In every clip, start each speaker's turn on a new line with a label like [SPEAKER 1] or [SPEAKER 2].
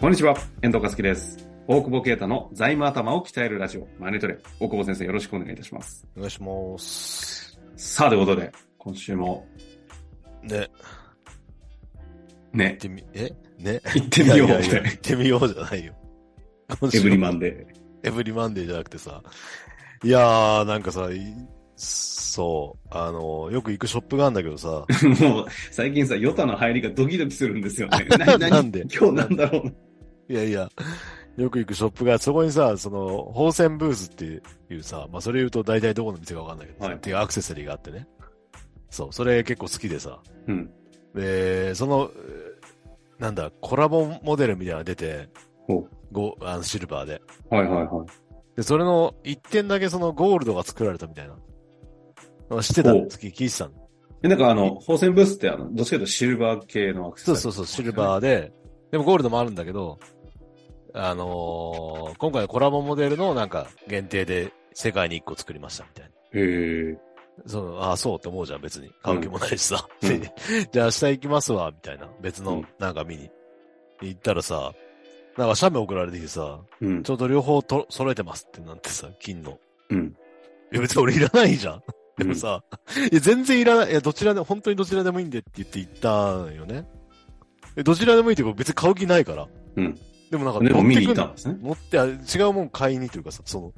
[SPEAKER 1] こんにちは、遠藤和樹です。大久保啓太の財務頭を鍛えるラジオ、マネトレ。大久保先生、よろしくお願いいたします。
[SPEAKER 2] お願いします。
[SPEAKER 1] さあ、ということで、今週も、
[SPEAKER 2] ね、行
[SPEAKER 1] ね
[SPEAKER 2] っ、てみ、えね。
[SPEAKER 1] 行ってみよう
[SPEAKER 2] いや
[SPEAKER 1] っ
[SPEAKER 2] いやいや行
[SPEAKER 1] て、
[SPEAKER 2] ってみようじゃないよ。
[SPEAKER 1] エブリマ
[SPEAKER 2] ン。
[SPEAKER 1] ンで。
[SPEAKER 2] エブリマンデーじゃなくてさ。いやー、なんかさ、いそう、あの、よく行くショップがあるんだけ どさ、
[SPEAKER 1] もう、最近さ、ヨタの入りがドキドキするんですよね。何何
[SPEAKER 2] なんで
[SPEAKER 1] 今日なんだろう。
[SPEAKER 2] いやいや、よく行くショップが、そこにさ、その、宝泉ブースっていうさ、まあそれ言うと大体どこの店かわかんないけどさ、
[SPEAKER 1] はい
[SPEAKER 2] っていうアクセサリーがあってね。そう、それ結構好きでさ。
[SPEAKER 1] うん。
[SPEAKER 2] で、その、えーなんだ、コラボモデルみたいなのが出て、
[SPEAKER 1] お
[SPEAKER 2] ゴあのシルバーで。
[SPEAKER 1] はいはいはい。
[SPEAKER 2] で、それの一点だけそのゴールドが作られたみたいな。あ知ってた
[SPEAKER 1] おう
[SPEAKER 2] 好き聞いてたの。
[SPEAKER 1] え、なんかあの、宝泉ブースってあの、どっちかというとシルバー系のアクセサリ
[SPEAKER 2] そう
[SPEAKER 1] ー。
[SPEAKER 2] そうそう、シルバーで、でもゴールドもあるんだけど、あのー今回のコラボモデルのなんか限定で世界に1個作りましたみたいな。
[SPEAKER 1] ー。へえ。
[SPEAKER 2] その、ああ、そうって思うじゃん、別に。買う気もないしさ。
[SPEAKER 1] うん
[SPEAKER 2] で じゃあ明日行きますわ、みたいな。別
[SPEAKER 1] う
[SPEAKER 2] の
[SPEAKER 1] ん、
[SPEAKER 2] なんか見に。行ったらさ、なんか写メ送られてきてさ、
[SPEAKER 1] うん
[SPEAKER 2] ち。ょうど両方と揃えてますってなってさ、金の。
[SPEAKER 1] うん。
[SPEAKER 2] いや、別に俺いらないじゃん。でもさ、いや、全然いらない。いや、どちらで、本当にどちらでもいいんでって言って行ったんよね。えどちらでもいいってこと別に買う気ないから。
[SPEAKER 1] うん。
[SPEAKER 2] でもなんか
[SPEAKER 1] でも見に行
[SPEAKER 2] く
[SPEAKER 1] ったんですね。
[SPEAKER 2] 持って、あ違うもん買いにというかさ、その、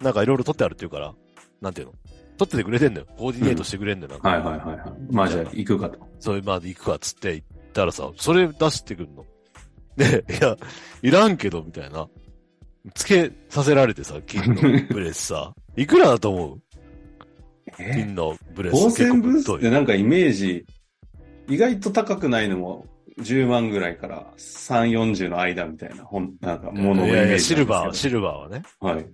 [SPEAKER 2] なんかいろいろ取ってあるっていうから、なんていうの取っててくれてんのよ。コーディネートしてくれんのよ。なんか
[SPEAKER 1] はいはいはいはい。まあじゃあ、行くかと。
[SPEAKER 2] それまで行くかっつって行ったらさ、それ出してくんの。で、いや、いらんけど、みたいな。つけさせられてさ、金 のブレスさ。いくらだと思う
[SPEAKER 1] え
[SPEAKER 2] 金のブレス。
[SPEAKER 1] 宝泉ブー
[SPEAKER 2] 結
[SPEAKER 1] ス
[SPEAKER 2] 構
[SPEAKER 1] っ
[SPEAKER 2] ぶとい
[SPEAKER 1] てなんかイメージ、意外と高くないのも10万ぐらいから3、40の間みたいな、ほんなんかものの
[SPEAKER 2] い
[SPEAKER 1] イメージな
[SPEAKER 2] や
[SPEAKER 1] ん
[SPEAKER 2] い
[SPEAKER 1] で
[SPEAKER 2] や、
[SPEAKER 1] す
[SPEAKER 2] シ
[SPEAKER 1] けど
[SPEAKER 2] ルバー、シルバーはね。
[SPEAKER 1] はい。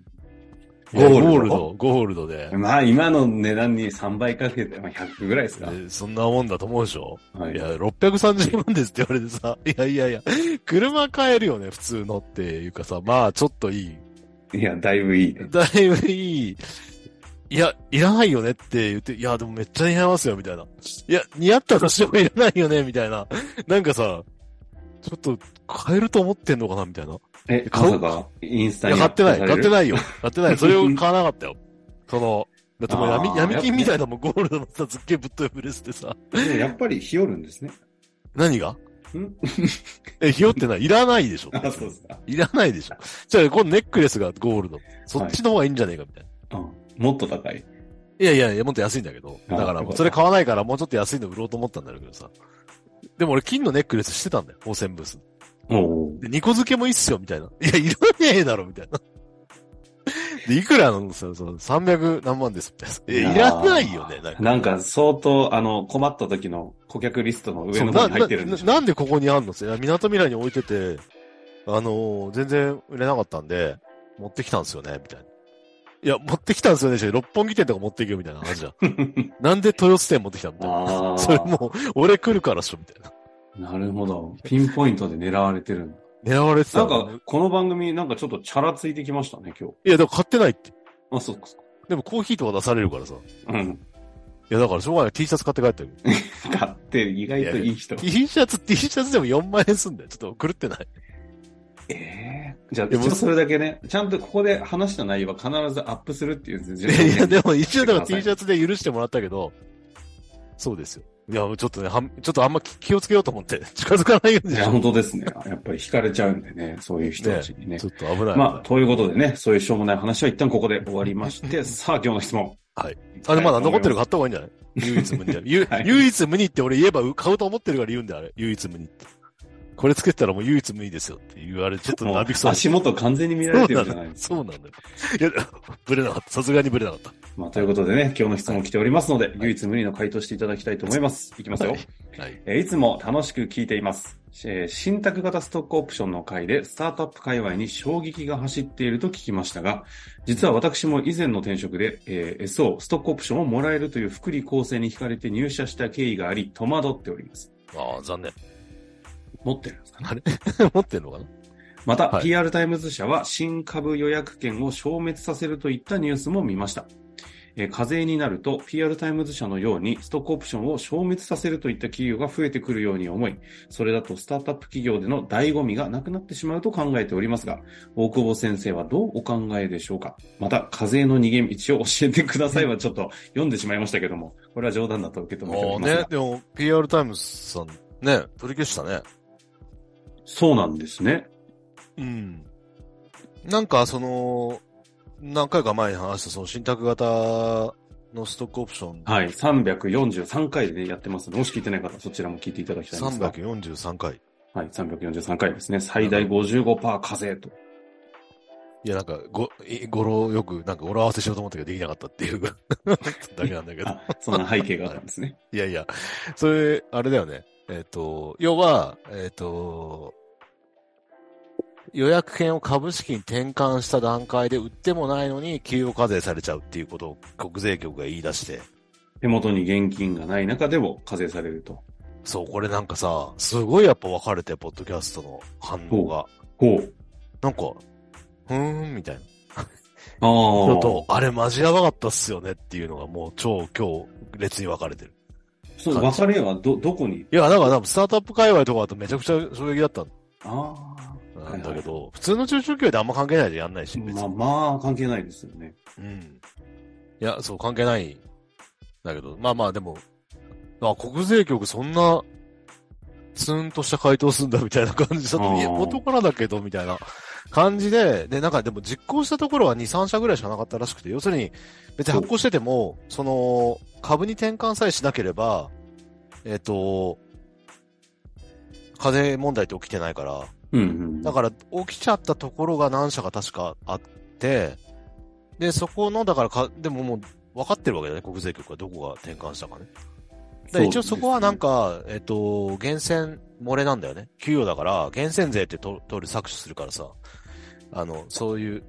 [SPEAKER 2] ゴー
[SPEAKER 1] ゴール
[SPEAKER 2] ルド、ゴール
[SPEAKER 1] ド
[SPEAKER 2] ドゴールドで。
[SPEAKER 1] まあ今の値段に3倍かけて、まあ、100ぐらいですか。
[SPEAKER 2] でそんなもんだと思うでしょ
[SPEAKER 1] はいい。
[SPEAKER 2] や、630万 ですって言われてさ、いやいやいや、車買えるよね、普通のっていうかさ、まあ、ちょっといい。
[SPEAKER 1] いや、だいぶいいね。
[SPEAKER 2] だいぶいい。いや、いらないよねって言って、いや、でもめっちゃ似合いますよ、みたいな。いや、似合ったとしてもいらないよね、みたいな。なんかさ、ちょっと、買えると思ってんのかな、みたいな。
[SPEAKER 1] え、ま
[SPEAKER 2] 買う
[SPEAKER 1] さか、インス
[SPEAKER 2] い
[SPEAKER 1] タ
[SPEAKER 2] や、
[SPEAKER 1] に
[SPEAKER 2] 買ってない、買って
[SPEAKER 1] い。
[SPEAKER 2] ないよ。買ってない。それを買わなかったよ。その、だってもう
[SPEAKER 1] あ
[SPEAKER 2] 闇
[SPEAKER 1] ー
[SPEAKER 2] 闇金みたいなもん、ゴールドのさ、すっげえぶっといブレスでさ。
[SPEAKER 1] でもやっぱり日和るんですね。
[SPEAKER 2] 何が
[SPEAKER 1] ん
[SPEAKER 2] え、ひよってない。いらないでしょ。
[SPEAKER 1] あ、そうですか。
[SPEAKER 2] いらないでしょ。じゃあ、このネックレスがゴールド。そっちの方がいいんじゃねえか、みたいな。
[SPEAKER 1] うん。もっと高い。
[SPEAKER 2] いやいやいや、もっと安いんだけど。
[SPEAKER 1] あ
[SPEAKER 2] だから
[SPEAKER 1] よかっ、た
[SPEAKER 2] それ買わないから、もうちょっと安いの売ろうと思ったんだけどさ。でも俺、金のネックレスしてたんだよ、宝泉ブース。
[SPEAKER 1] おお。
[SPEAKER 2] で、2個付けもいいっすよ、みたいな。いや、いらねえだろ、みたいな。で、いくらなのさ、その300何万です、みたいな。いや、いらないよね、なんか。
[SPEAKER 1] なんか相当、あの、困った時の顧客リストの上
[SPEAKER 2] そう
[SPEAKER 1] の方
[SPEAKER 2] な
[SPEAKER 1] に入ってるんで
[SPEAKER 2] な
[SPEAKER 1] しょ
[SPEAKER 2] なんでここにあんのいや港未来に置いてて、あのー全然売れなかったんで、持ってきたんですよね、みたいな。いや、持ってきたんですよね、じゃあ六本木店とか持っていくよ、みたいな話じゃん。 なんで豊洲店持ってきたみたい
[SPEAKER 1] あー
[SPEAKER 2] な。それもう、俺来るからっしょ、みたいな。
[SPEAKER 1] なるほど。ピンポイントで狙われて るんだ。
[SPEAKER 2] 狙われてた
[SPEAKER 1] なん
[SPEAKER 2] の
[SPEAKER 1] か、この番組、なんかちょっとチャラついてきましたね、今日。
[SPEAKER 2] いや、でも買ってないって。
[SPEAKER 1] あ、そうかそ
[SPEAKER 2] でもコーヒーとか出されるからさ。いう
[SPEAKER 1] か。うん。
[SPEAKER 2] や、だからしょうがない。T シャツ買って帰っ たよ。
[SPEAKER 1] 買って、意外といい人。
[SPEAKER 2] T シャツ、T シャツでも4万円すんだよ。ちょっと狂ってない。
[SPEAKER 1] ええじゃあ、
[SPEAKER 2] で
[SPEAKER 1] 一
[SPEAKER 2] も
[SPEAKER 1] 応それだけね、ちゃんとここで話した内容は必ずアップするっていう前提
[SPEAKER 2] いや、でも一応だから
[SPEAKER 1] して
[SPEAKER 2] T
[SPEAKER 1] く
[SPEAKER 2] シ
[SPEAKER 1] ださい
[SPEAKER 2] ャツで許してもらったけど、そうですよ。いや、ちょっとね、はんちょっとあんま気気をつけようと思って、 近づかないように
[SPEAKER 1] い
[SPEAKER 2] し
[SPEAKER 1] や、
[SPEAKER 2] よ
[SPEAKER 1] 本当ですね。やっぱり惹かれちゃうんでね、そういう人たちにね
[SPEAKER 2] う。ちょっと危ない。
[SPEAKER 1] まあ、ということでね、そういうしょうもない話は一旦ここで終わりまして、さあ、今日の質問。
[SPEAKER 2] はい。あれまだ残ってる
[SPEAKER 1] か
[SPEAKER 2] 買った方がい いんじゃない唯一無二だよゆ
[SPEAKER 1] はい
[SPEAKER 2] 唯一無二って俺言えば買うと思ってるから言うんだよ、あれ。唯一無二って。これつけてたらもう唯一無二ですよって言われ、ちょっと
[SPEAKER 1] も
[SPEAKER 2] な
[SPEAKER 1] う
[SPEAKER 2] びくそう
[SPEAKER 1] 足元完全に見られてるじゃないですか。
[SPEAKER 2] そうなんだよ。いや、ぶれなかった。さすがにぶれなかった。
[SPEAKER 1] まあ、ということでね、今日の質問来ておりますので、唯一無二の回答していただきたいと思います。いきますよ。
[SPEAKER 2] はいはい。
[SPEAKER 1] えーいつも楽しく聞いています。えー信託型ストックオプションの回でスタートアップ界隈に衝撃が走っていると聞きましたが、実は私も以前の転職で、えー SO、ストックオプションをもらえるという福利厚生に惹かれて入社した経緯があり、戸惑っております。
[SPEAKER 2] ああ、残 念。
[SPEAKER 1] 持ってるんですかね。
[SPEAKER 2] 持ってんのかな
[SPEAKER 1] また、
[SPEAKER 2] はい
[SPEAKER 1] PR タイムズ社は新株予約権を消滅させるといったニュースも見ました。えー課税になると PR タイムズ社のようにストックオプションを消滅させるといった企業が増えてくるように思い、それだとスタートアップ企業での醍醐味がなくなってしまうと考えておりますが、大久保先生はどうお考えでしょうかまた、課税の逃げ道を教えてくださいはちょっと読んでしまいましたけども、これは冗談だと受け止めてお
[SPEAKER 2] ああ
[SPEAKER 1] りますが、
[SPEAKER 2] ね、でも PR タイムズさんね、取り消したね。
[SPEAKER 1] そうなんですね。
[SPEAKER 2] うん。なんかその、何回か前に話したその信託型のストックオプション、
[SPEAKER 1] はい。343回で、ね、やってますので、もし聞いてない方、そちらも聞いていただきたいんですが。
[SPEAKER 2] 343回。
[SPEAKER 1] はい。343回ですね。最大55%課税と。
[SPEAKER 2] いや、なんか、ご、い語呂よく、なんか語呂合わせしようと思ったけどできなかったっていう だけなんだけど。
[SPEAKER 1] あ、そんな背景があったんですね。
[SPEAKER 2] いやいや、それ、あれだよね。えっ、と、要は、えっ、と、予約権を株式に転換した段階で売ってもないのに給与課税されちゃうっていうことを国税局が言い出して、
[SPEAKER 1] 手元に現金がない中でも課税されると。
[SPEAKER 2] そう、これなんかさ、すごいやっぱ分かれて、ポッドキャストの反応が。
[SPEAKER 1] ほう。
[SPEAKER 2] なんか、ふーん、みたいな。
[SPEAKER 1] ああ。
[SPEAKER 2] のと、あれマジやばかったっすよねっていうのがもう超今日列に分かれてる。
[SPEAKER 1] その別れはど、どこに
[SPEAKER 2] いや、だから多分スタートアップ界隈とかだとめちゃくちゃ衝撃だったん
[SPEAKER 1] ああ。
[SPEAKER 2] なんだけど、普通の中小企業であんま関係ないでやんないし、別
[SPEAKER 1] まあ
[SPEAKER 2] に。
[SPEAKER 1] まあ、関係ないですよね。
[SPEAKER 2] うん。いや、そう、関係ないんだけど、まあまあ、でも、あ、国税局そんな、ツンとした回答すんだみたいな感じだ
[SPEAKER 1] あ
[SPEAKER 2] と、
[SPEAKER 1] ー
[SPEAKER 2] いや、元からだけど、みたいな感じで、で、なんかでも実行したところは2、3社ぐらいしかなかったらしくて、要するに、別に発行してても、その、株に転換さえしなければ、えっ、と、課税問題って起きてないから、
[SPEAKER 1] うんうん。
[SPEAKER 2] だから、起きちゃったところが何社か確かあって、で、そこの、だからか、でももう、分かってるわけだね、国税局がどこが転換したかね。だから一応そこはなんか、えっと、源泉漏れなんだよね。給与だから、源泉税ってと取る搾取するからさ、あの、そういう、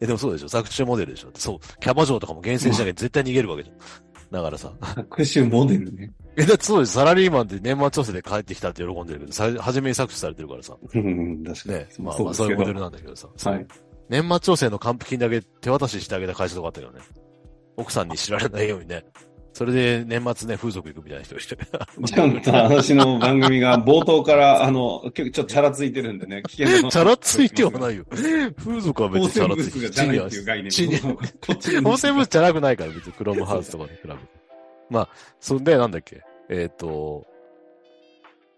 [SPEAKER 2] え、でもそうでしょ搾取モデルでしょそう、キャバ嬢とかも厳選しなきゃ絶対逃げるわけじゃん。だからさ、
[SPEAKER 1] ら、学習モデルね。
[SPEAKER 2] え、だってそうです。サラリーマンって年末調整で帰ってきたって喜んでるけど、さ初めに搾取されてるからさ。
[SPEAKER 1] うんうん、確かに
[SPEAKER 2] ね。。まあまあ、そういうモデルなんだけどさ。
[SPEAKER 1] はい。
[SPEAKER 2] 年末調整の還付金だけ手渡ししてあげた会社とかあったけどね。奥さんに知られないようにね。それで年末ね、風俗行くみたいな人いて。
[SPEAKER 1] ちゃんと私の番組が冒頭から、あ の、結構ちょっとチャラついてるんでね、危険な
[SPEAKER 2] チャラついてはないよ。風俗は 別
[SPEAKER 1] 構
[SPEAKER 2] にチャ
[SPEAKER 1] 成
[SPEAKER 2] ラ
[SPEAKER 1] 物
[SPEAKER 2] ついて
[SPEAKER 1] 質がじゃない っていう概念。
[SPEAKER 2] 地に足
[SPEAKER 1] こっち
[SPEAKER 2] 構成物じゃなくないから、別にクロムハウスとかに比べて。まあ、そんで、なんだっけ。えっ、と、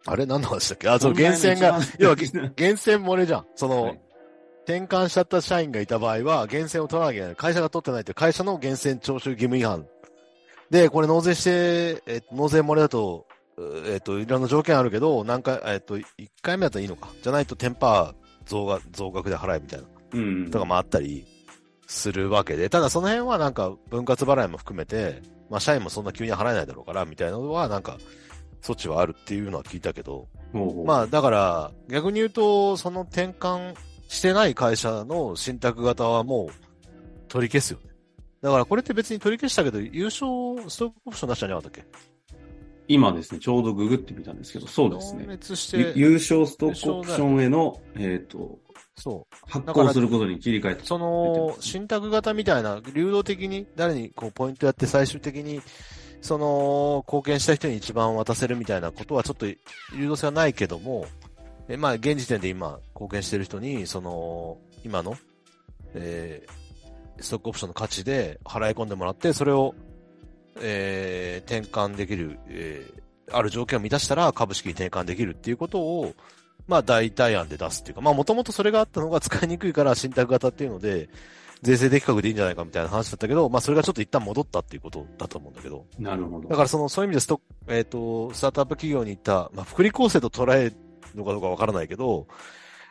[SPEAKER 2] あれ何の話だっけあ、そう、源 泉が、要は、源泉漏れじゃん。その、
[SPEAKER 1] はい
[SPEAKER 2] 転換しちゃった社員がいた場合は、源泉を取らなきゃいけない。会社が取ってないという会社の源泉徴収義務違反。で、これ納税して、えっと納税漏れだと、うえっ、と、いろんな条件あるけど、何回、えっ、と、1回目だったらいいのか。じゃないと10%増額増額で払えみたいな。
[SPEAKER 1] うん。
[SPEAKER 2] とかもあったりするわけで、ただその辺はなんか分割払いも含めて、まあ社員もそんな急に払えないだろうから、みたいなのはなんか、措置はあるっていうのは聞いたけど、
[SPEAKER 1] ま
[SPEAKER 2] まあだから、逆に言うと、その転換してない会社の信託型はもう取り消すよね。だからこれって別に取り消したけど、優勝ストックオプション出したんじゃなかったっけ
[SPEAKER 1] 今ですね、ちょうどググってみたんですけど、そうです
[SPEAKER 2] 消
[SPEAKER 1] ね。
[SPEAKER 2] 滅し
[SPEAKER 1] ゆ
[SPEAKER 2] て、
[SPEAKER 1] 優勝ストックオプションへの、えっと、
[SPEAKER 2] そう。
[SPEAKER 1] 発行することに切り替えた。
[SPEAKER 2] そ
[SPEAKER 1] 出
[SPEAKER 2] の
[SPEAKER 1] て、ます
[SPEAKER 2] 信託型みたいな、流動的に、誰にこうポイントやって最終的に、その、貢献した人に一番渡せるみたいなことはちょっと流動性はないけども、え、まあ、現時点で今、貢献してる人に、その、今の、えーストックオプションの価値で払い込んでもらって、それを、えー転換できる、えーある条件を満たしたら株式に転換できるっていうことを、まあ代替案で出すっていうか、まあもともとそれがあったのが使いにくいから信託型っていうので、税制的確でいいんじゃないかみたいな話だったけど、まあそれがちょっと一旦戻ったっていうことだと思うんだけど。
[SPEAKER 1] なるほど。
[SPEAKER 2] だからその、そういう意味でスト、えっ、と、スタートアップ企業に行った、まあ福利厚生と捉えるのかどうかわからないけど、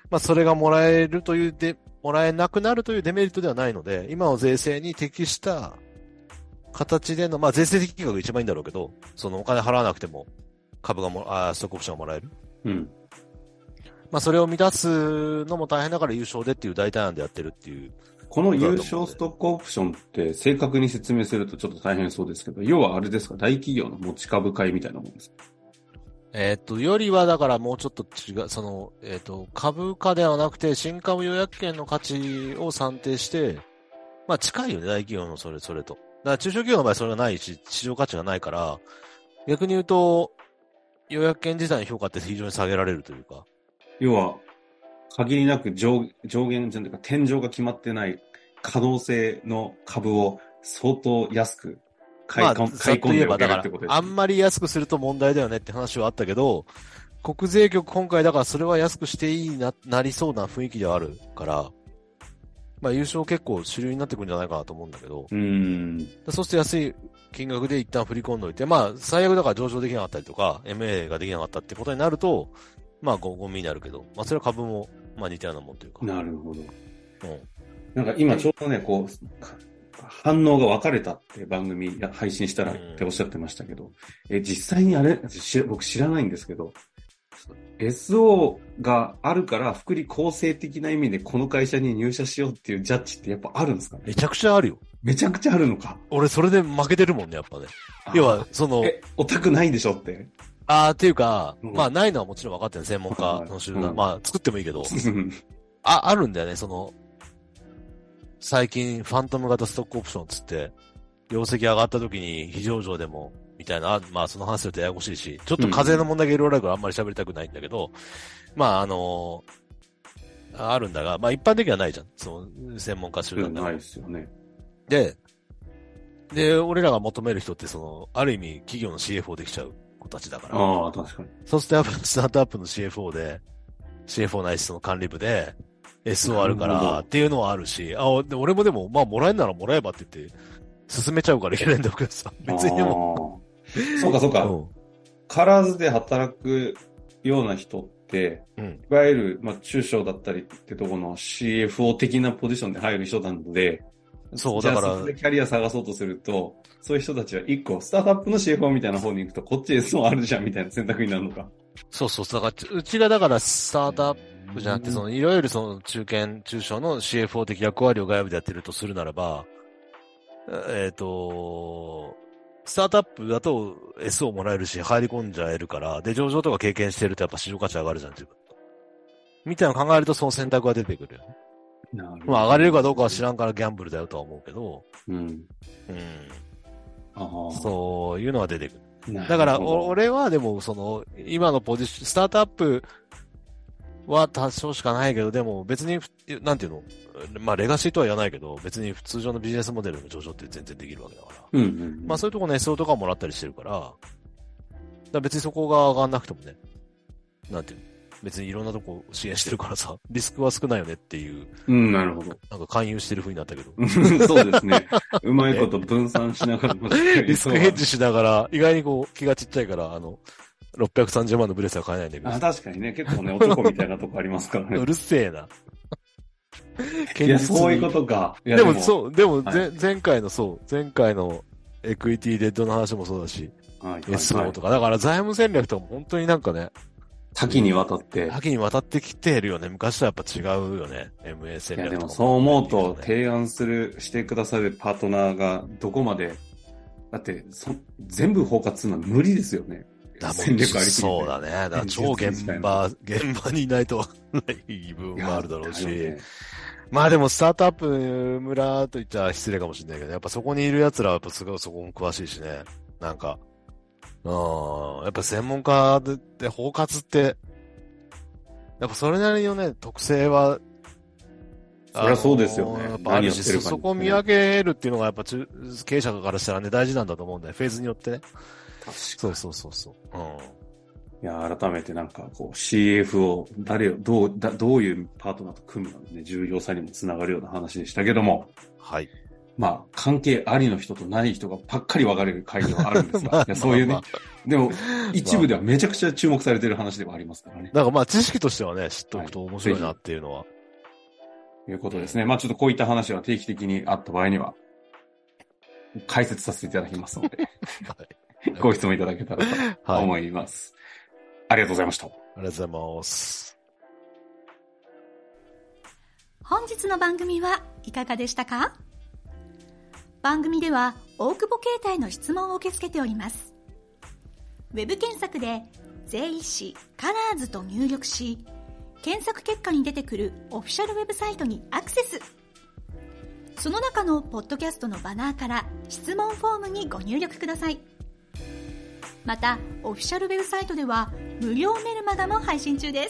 [SPEAKER 2] まあそれがもらえるというで、もらえなくなるというデメリットではないので、今の税制に適した形での、まあ税制的企画が一番いいんだろうけど、そのお金払わなくても株がもら、あーストックオプションがもらえる。
[SPEAKER 1] うん。
[SPEAKER 2] まあ、それを満たすのも大変だから優勝でっていう大体案でやってるっていう。
[SPEAKER 1] この優勝ストックオプションって正確に説明するとちょっと大変そうですけど、要はあれですか、大企業の持ち株会みたいなもんですか。
[SPEAKER 2] えーっと、よりはだからもうちょっと違う、その、えーっと、株価ではなくて、新株予約権の価値を算定して、まあ近いよね、大企業のそれ、それと。から中小企業の場合それがないし、市場価値がないから、逆に言うと、予約券自体の評価って非常に下げられるというか。
[SPEAKER 1] 要は、限りなく上上限じゃないか、天井が決まってない可能性の株を相当安く買い,、
[SPEAKER 2] まあ、ざ
[SPEAKER 1] 買
[SPEAKER 2] っ
[SPEAKER 1] い
[SPEAKER 2] と
[SPEAKER 1] 込ん
[SPEAKER 2] 言
[SPEAKER 1] で
[SPEAKER 2] え
[SPEAKER 1] お
[SPEAKER 2] ば、
[SPEAKER 1] け
[SPEAKER 2] だ
[SPEAKER 1] る
[SPEAKER 2] か
[SPEAKER 1] って
[SPEAKER 2] ら
[SPEAKER 1] こと、です
[SPEAKER 2] あんまり安くすると問題だよねって話はあったけど、国税局今回だからそれは安くしていいな、なりそうな雰囲気ではあるから、まあ優勝結構主流になってくるんじゃないかなと思うんだけど、
[SPEAKER 1] うーん。
[SPEAKER 2] そうすると安い金額で一旦振り込んどいて、まあ最悪だから上場できなかったりとか、MA ができなかったってことになると、まあゴゴミになるけど、まあそれは株も、まあ似たようなもんというか。
[SPEAKER 1] なるほど。
[SPEAKER 2] うん
[SPEAKER 1] なんか今ちょうどね、こう、か反応が分かれたって番組や配信したらっておっしゃってましたけど、え実際にあれ、し僕知らないんですけど、SO があるから福利厚生的な意味でこの会社に入社しようっていうジャッジってやっぱあるんですかね
[SPEAKER 2] めちゃくちゃあるよ。
[SPEAKER 1] めちゃくちゃあるのか。
[SPEAKER 2] 俺それで負けてるもんね、やっぱね。要は、その、
[SPEAKER 1] え、オタクないでしょって。
[SPEAKER 2] あーっていうか、
[SPEAKER 1] うん
[SPEAKER 2] まあないのはもちろん分かってる、専門家の集団。
[SPEAKER 1] うん
[SPEAKER 2] まあ作ってもいいけど、 あ、あるんだよね、その、最近ファントム型ストックオプションつって、業績上がった時に非常上でも、みたいな、あまあその話するとややこしいし、ちょっと風の問題がいろいろあるからあんまり喋りたくないんだけど、まああのああるんだが、まあ一般的にはないじゃん。その、専門家集団が。
[SPEAKER 1] ないですよね。
[SPEAKER 2] で、で、俺らが求める人ってその、ある意味企業の CFO できちゃう子たちだから。
[SPEAKER 1] ああ、確かに。
[SPEAKER 2] そうするとやっぱスタートアップの CFO で、CFO ないしその管理部で、SO あるか
[SPEAKER 1] なるほど
[SPEAKER 2] らっていうのはあるし、あ、で俺もでも、まあもらえんならもらえばって言って、進めちゃうからいけないんだけどさ、別にでも。
[SPEAKER 1] も。そうか、そうか。カラーズで働くような人って、
[SPEAKER 2] うん。うん。
[SPEAKER 1] いわゆる、まあ、中小だったりってとこの CFO 的なポジションで入る人なので、
[SPEAKER 2] そう
[SPEAKER 1] じゃあ
[SPEAKER 2] だから
[SPEAKER 1] そこでキャリア探そうとすると、そういう人たちは一個、スタートアップの CFO みたいな方に行くと、こっち SO あるじゃんみたいな選択になるのか。
[SPEAKER 2] そうそう。だからち、うちがだからスタートアップじゃなくて、
[SPEAKER 1] うん
[SPEAKER 2] その、いわゆるその中堅、中小の CFO 的役割を外部でやってるとするならば、えっ、と、スタートアップだと SO もらえるし、入り込んじゃえるから、で、上場とか経験してるとやっぱ市場価値上がるじゃん、自分。みたいなの考えるとその選択が出てくるよね。
[SPEAKER 1] なるほど
[SPEAKER 2] まあ上がれるかどうかは知らんからギャンブルだよとは思うけど、
[SPEAKER 1] うん。
[SPEAKER 2] うん。
[SPEAKER 1] ああ。
[SPEAKER 2] そういうのは出てく
[SPEAKER 1] う。
[SPEAKER 2] る。だ から、お、俺はでも、その、今のポジション、スタートアップは多少しかないけど、でも別にふ、なんていうのまあ、レガシーとは言わないけど、別に通常のビジネスモデルの上場って全然できるわけだから。
[SPEAKER 1] うん、うん。
[SPEAKER 2] まあ、そういうとこの SO とかもらったりしてるから、だから別にそこが上がんなくてもね、なんていうの別にいろんなとこ支援してるからさ、 リスクは少ないよねっていう、
[SPEAKER 1] うん、なるほど。
[SPEAKER 2] なんか勧誘してる風になったけど。
[SPEAKER 1] そうですね。うまいこと分散しながらもしっかり
[SPEAKER 2] リスクヘッジしながら、意外にこう、気がちっちゃいから、あの、630万のブレスは買えないんだけど
[SPEAKER 1] あ。確かにね、結構ね、男みたいなとこありますからね
[SPEAKER 2] う。るせ えな。
[SPEAKER 1] いや、そういうことか。いや
[SPEAKER 2] でもそう、でも、
[SPEAKER 1] はい
[SPEAKER 2] ぜ前回のそう、前回のエクイティデッドの話もそうだし、
[SPEAKER 1] う。はい。は
[SPEAKER 2] SO
[SPEAKER 1] い
[SPEAKER 2] とか、だから財務戦略とかも本当になんかね、
[SPEAKER 1] 多岐にわたって。
[SPEAKER 2] 秋に渡ってきてるよね。昔とはやっぱ違うよね。MA
[SPEAKER 1] い
[SPEAKER 2] 戦
[SPEAKER 1] や、
[SPEAKER 2] 略
[SPEAKER 1] で
[SPEAKER 2] とか
[SPEAKER 1] もそう思うと、
[SPEAKER 2] ね
[SPEAKER 1] 提案する、してくださるパートナーがどこまで、だって、そ全部包括するのは無理ですよね。
[SPEAKER 2] だもん
[SPEAKER 1] 戦略ありすぎて。
[SPEAKER 2] そうだね。だから超現場、現場にいないとわかんない部
[SPEAKER 1] い
[SPEAKER 2] 分
[SPEAKER 1] や。
[SPEAKER 2] もあるだろうし。
[SPEAKER 1] だよね
[SPEAKER 2] まあでも、スタートアップ村と言っちゃ失礼かもしれないけど、やっぱそこにいる奴らはやっぱすごいそこも詳しいしね。なんか、うん、やっぱ専門家でで包括って、やっぱそれなりのね、特性は、
[SPEAKER 1] そりゃそうですよね
[SPEAKER 2] あのーやっぱある
[SPEAKER 1] 何や
[SPEAKER 2] し、
[SPEAKER 1] ってるかによってね
[SPEAKER 2] そこを見分けるっていうのがやっぱ中経営者からしたらね、大事なんだと思うんだよ。フェーズによってね。そうそうそうそう。うん。
[SPEAKER 1] いや、改めてなんか、こう、CF を、誰を、どう、だどういうパートナーと組むのかね、重要さにもつながるような話でしたけども、
[SPEAKER 2] はい。
[SPEAKER 1] まあ、関係ありの人とない人がばっかり分かれる会議はあるん ですが、いやそういうね
[SPEAKER 2] まあ、
[SPEAKER 1] でも、一部ではめちゃくちゃ注目されてる話ではありますからね。
[SPEAKER 2] なんかまあ知識としてはね、知っておくと面白いなっていうのは。
[SPEAKER 1] ということですね。まあちょっとこういった話は定期的にあった場合には、解説させていただきますので、
[SPEAKER 2] い
[SPEAKER 1] ご質問いただけたらと
[SPEAKER 2] はい。あり
[SPEAKER 1] 思います。ありがとうございました。
[SPEAKER 2] がとうございます。
[SPEAKER 3] 本日の番組はいかがでしたか番組では大久保携帯の質問を受け付けております。ウェブ検索で税理士カラーズと入力し、検索結果に出てくるオフィシャルウェブサイトにアクセス。その中のポッドキャストのバナーから質問フォームにご入力くださいまたオフィシャルウェブサイトでは無料メルマガも配信中で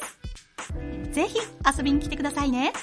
[SPEAKER 3] すぜひ遊びに来てくださいね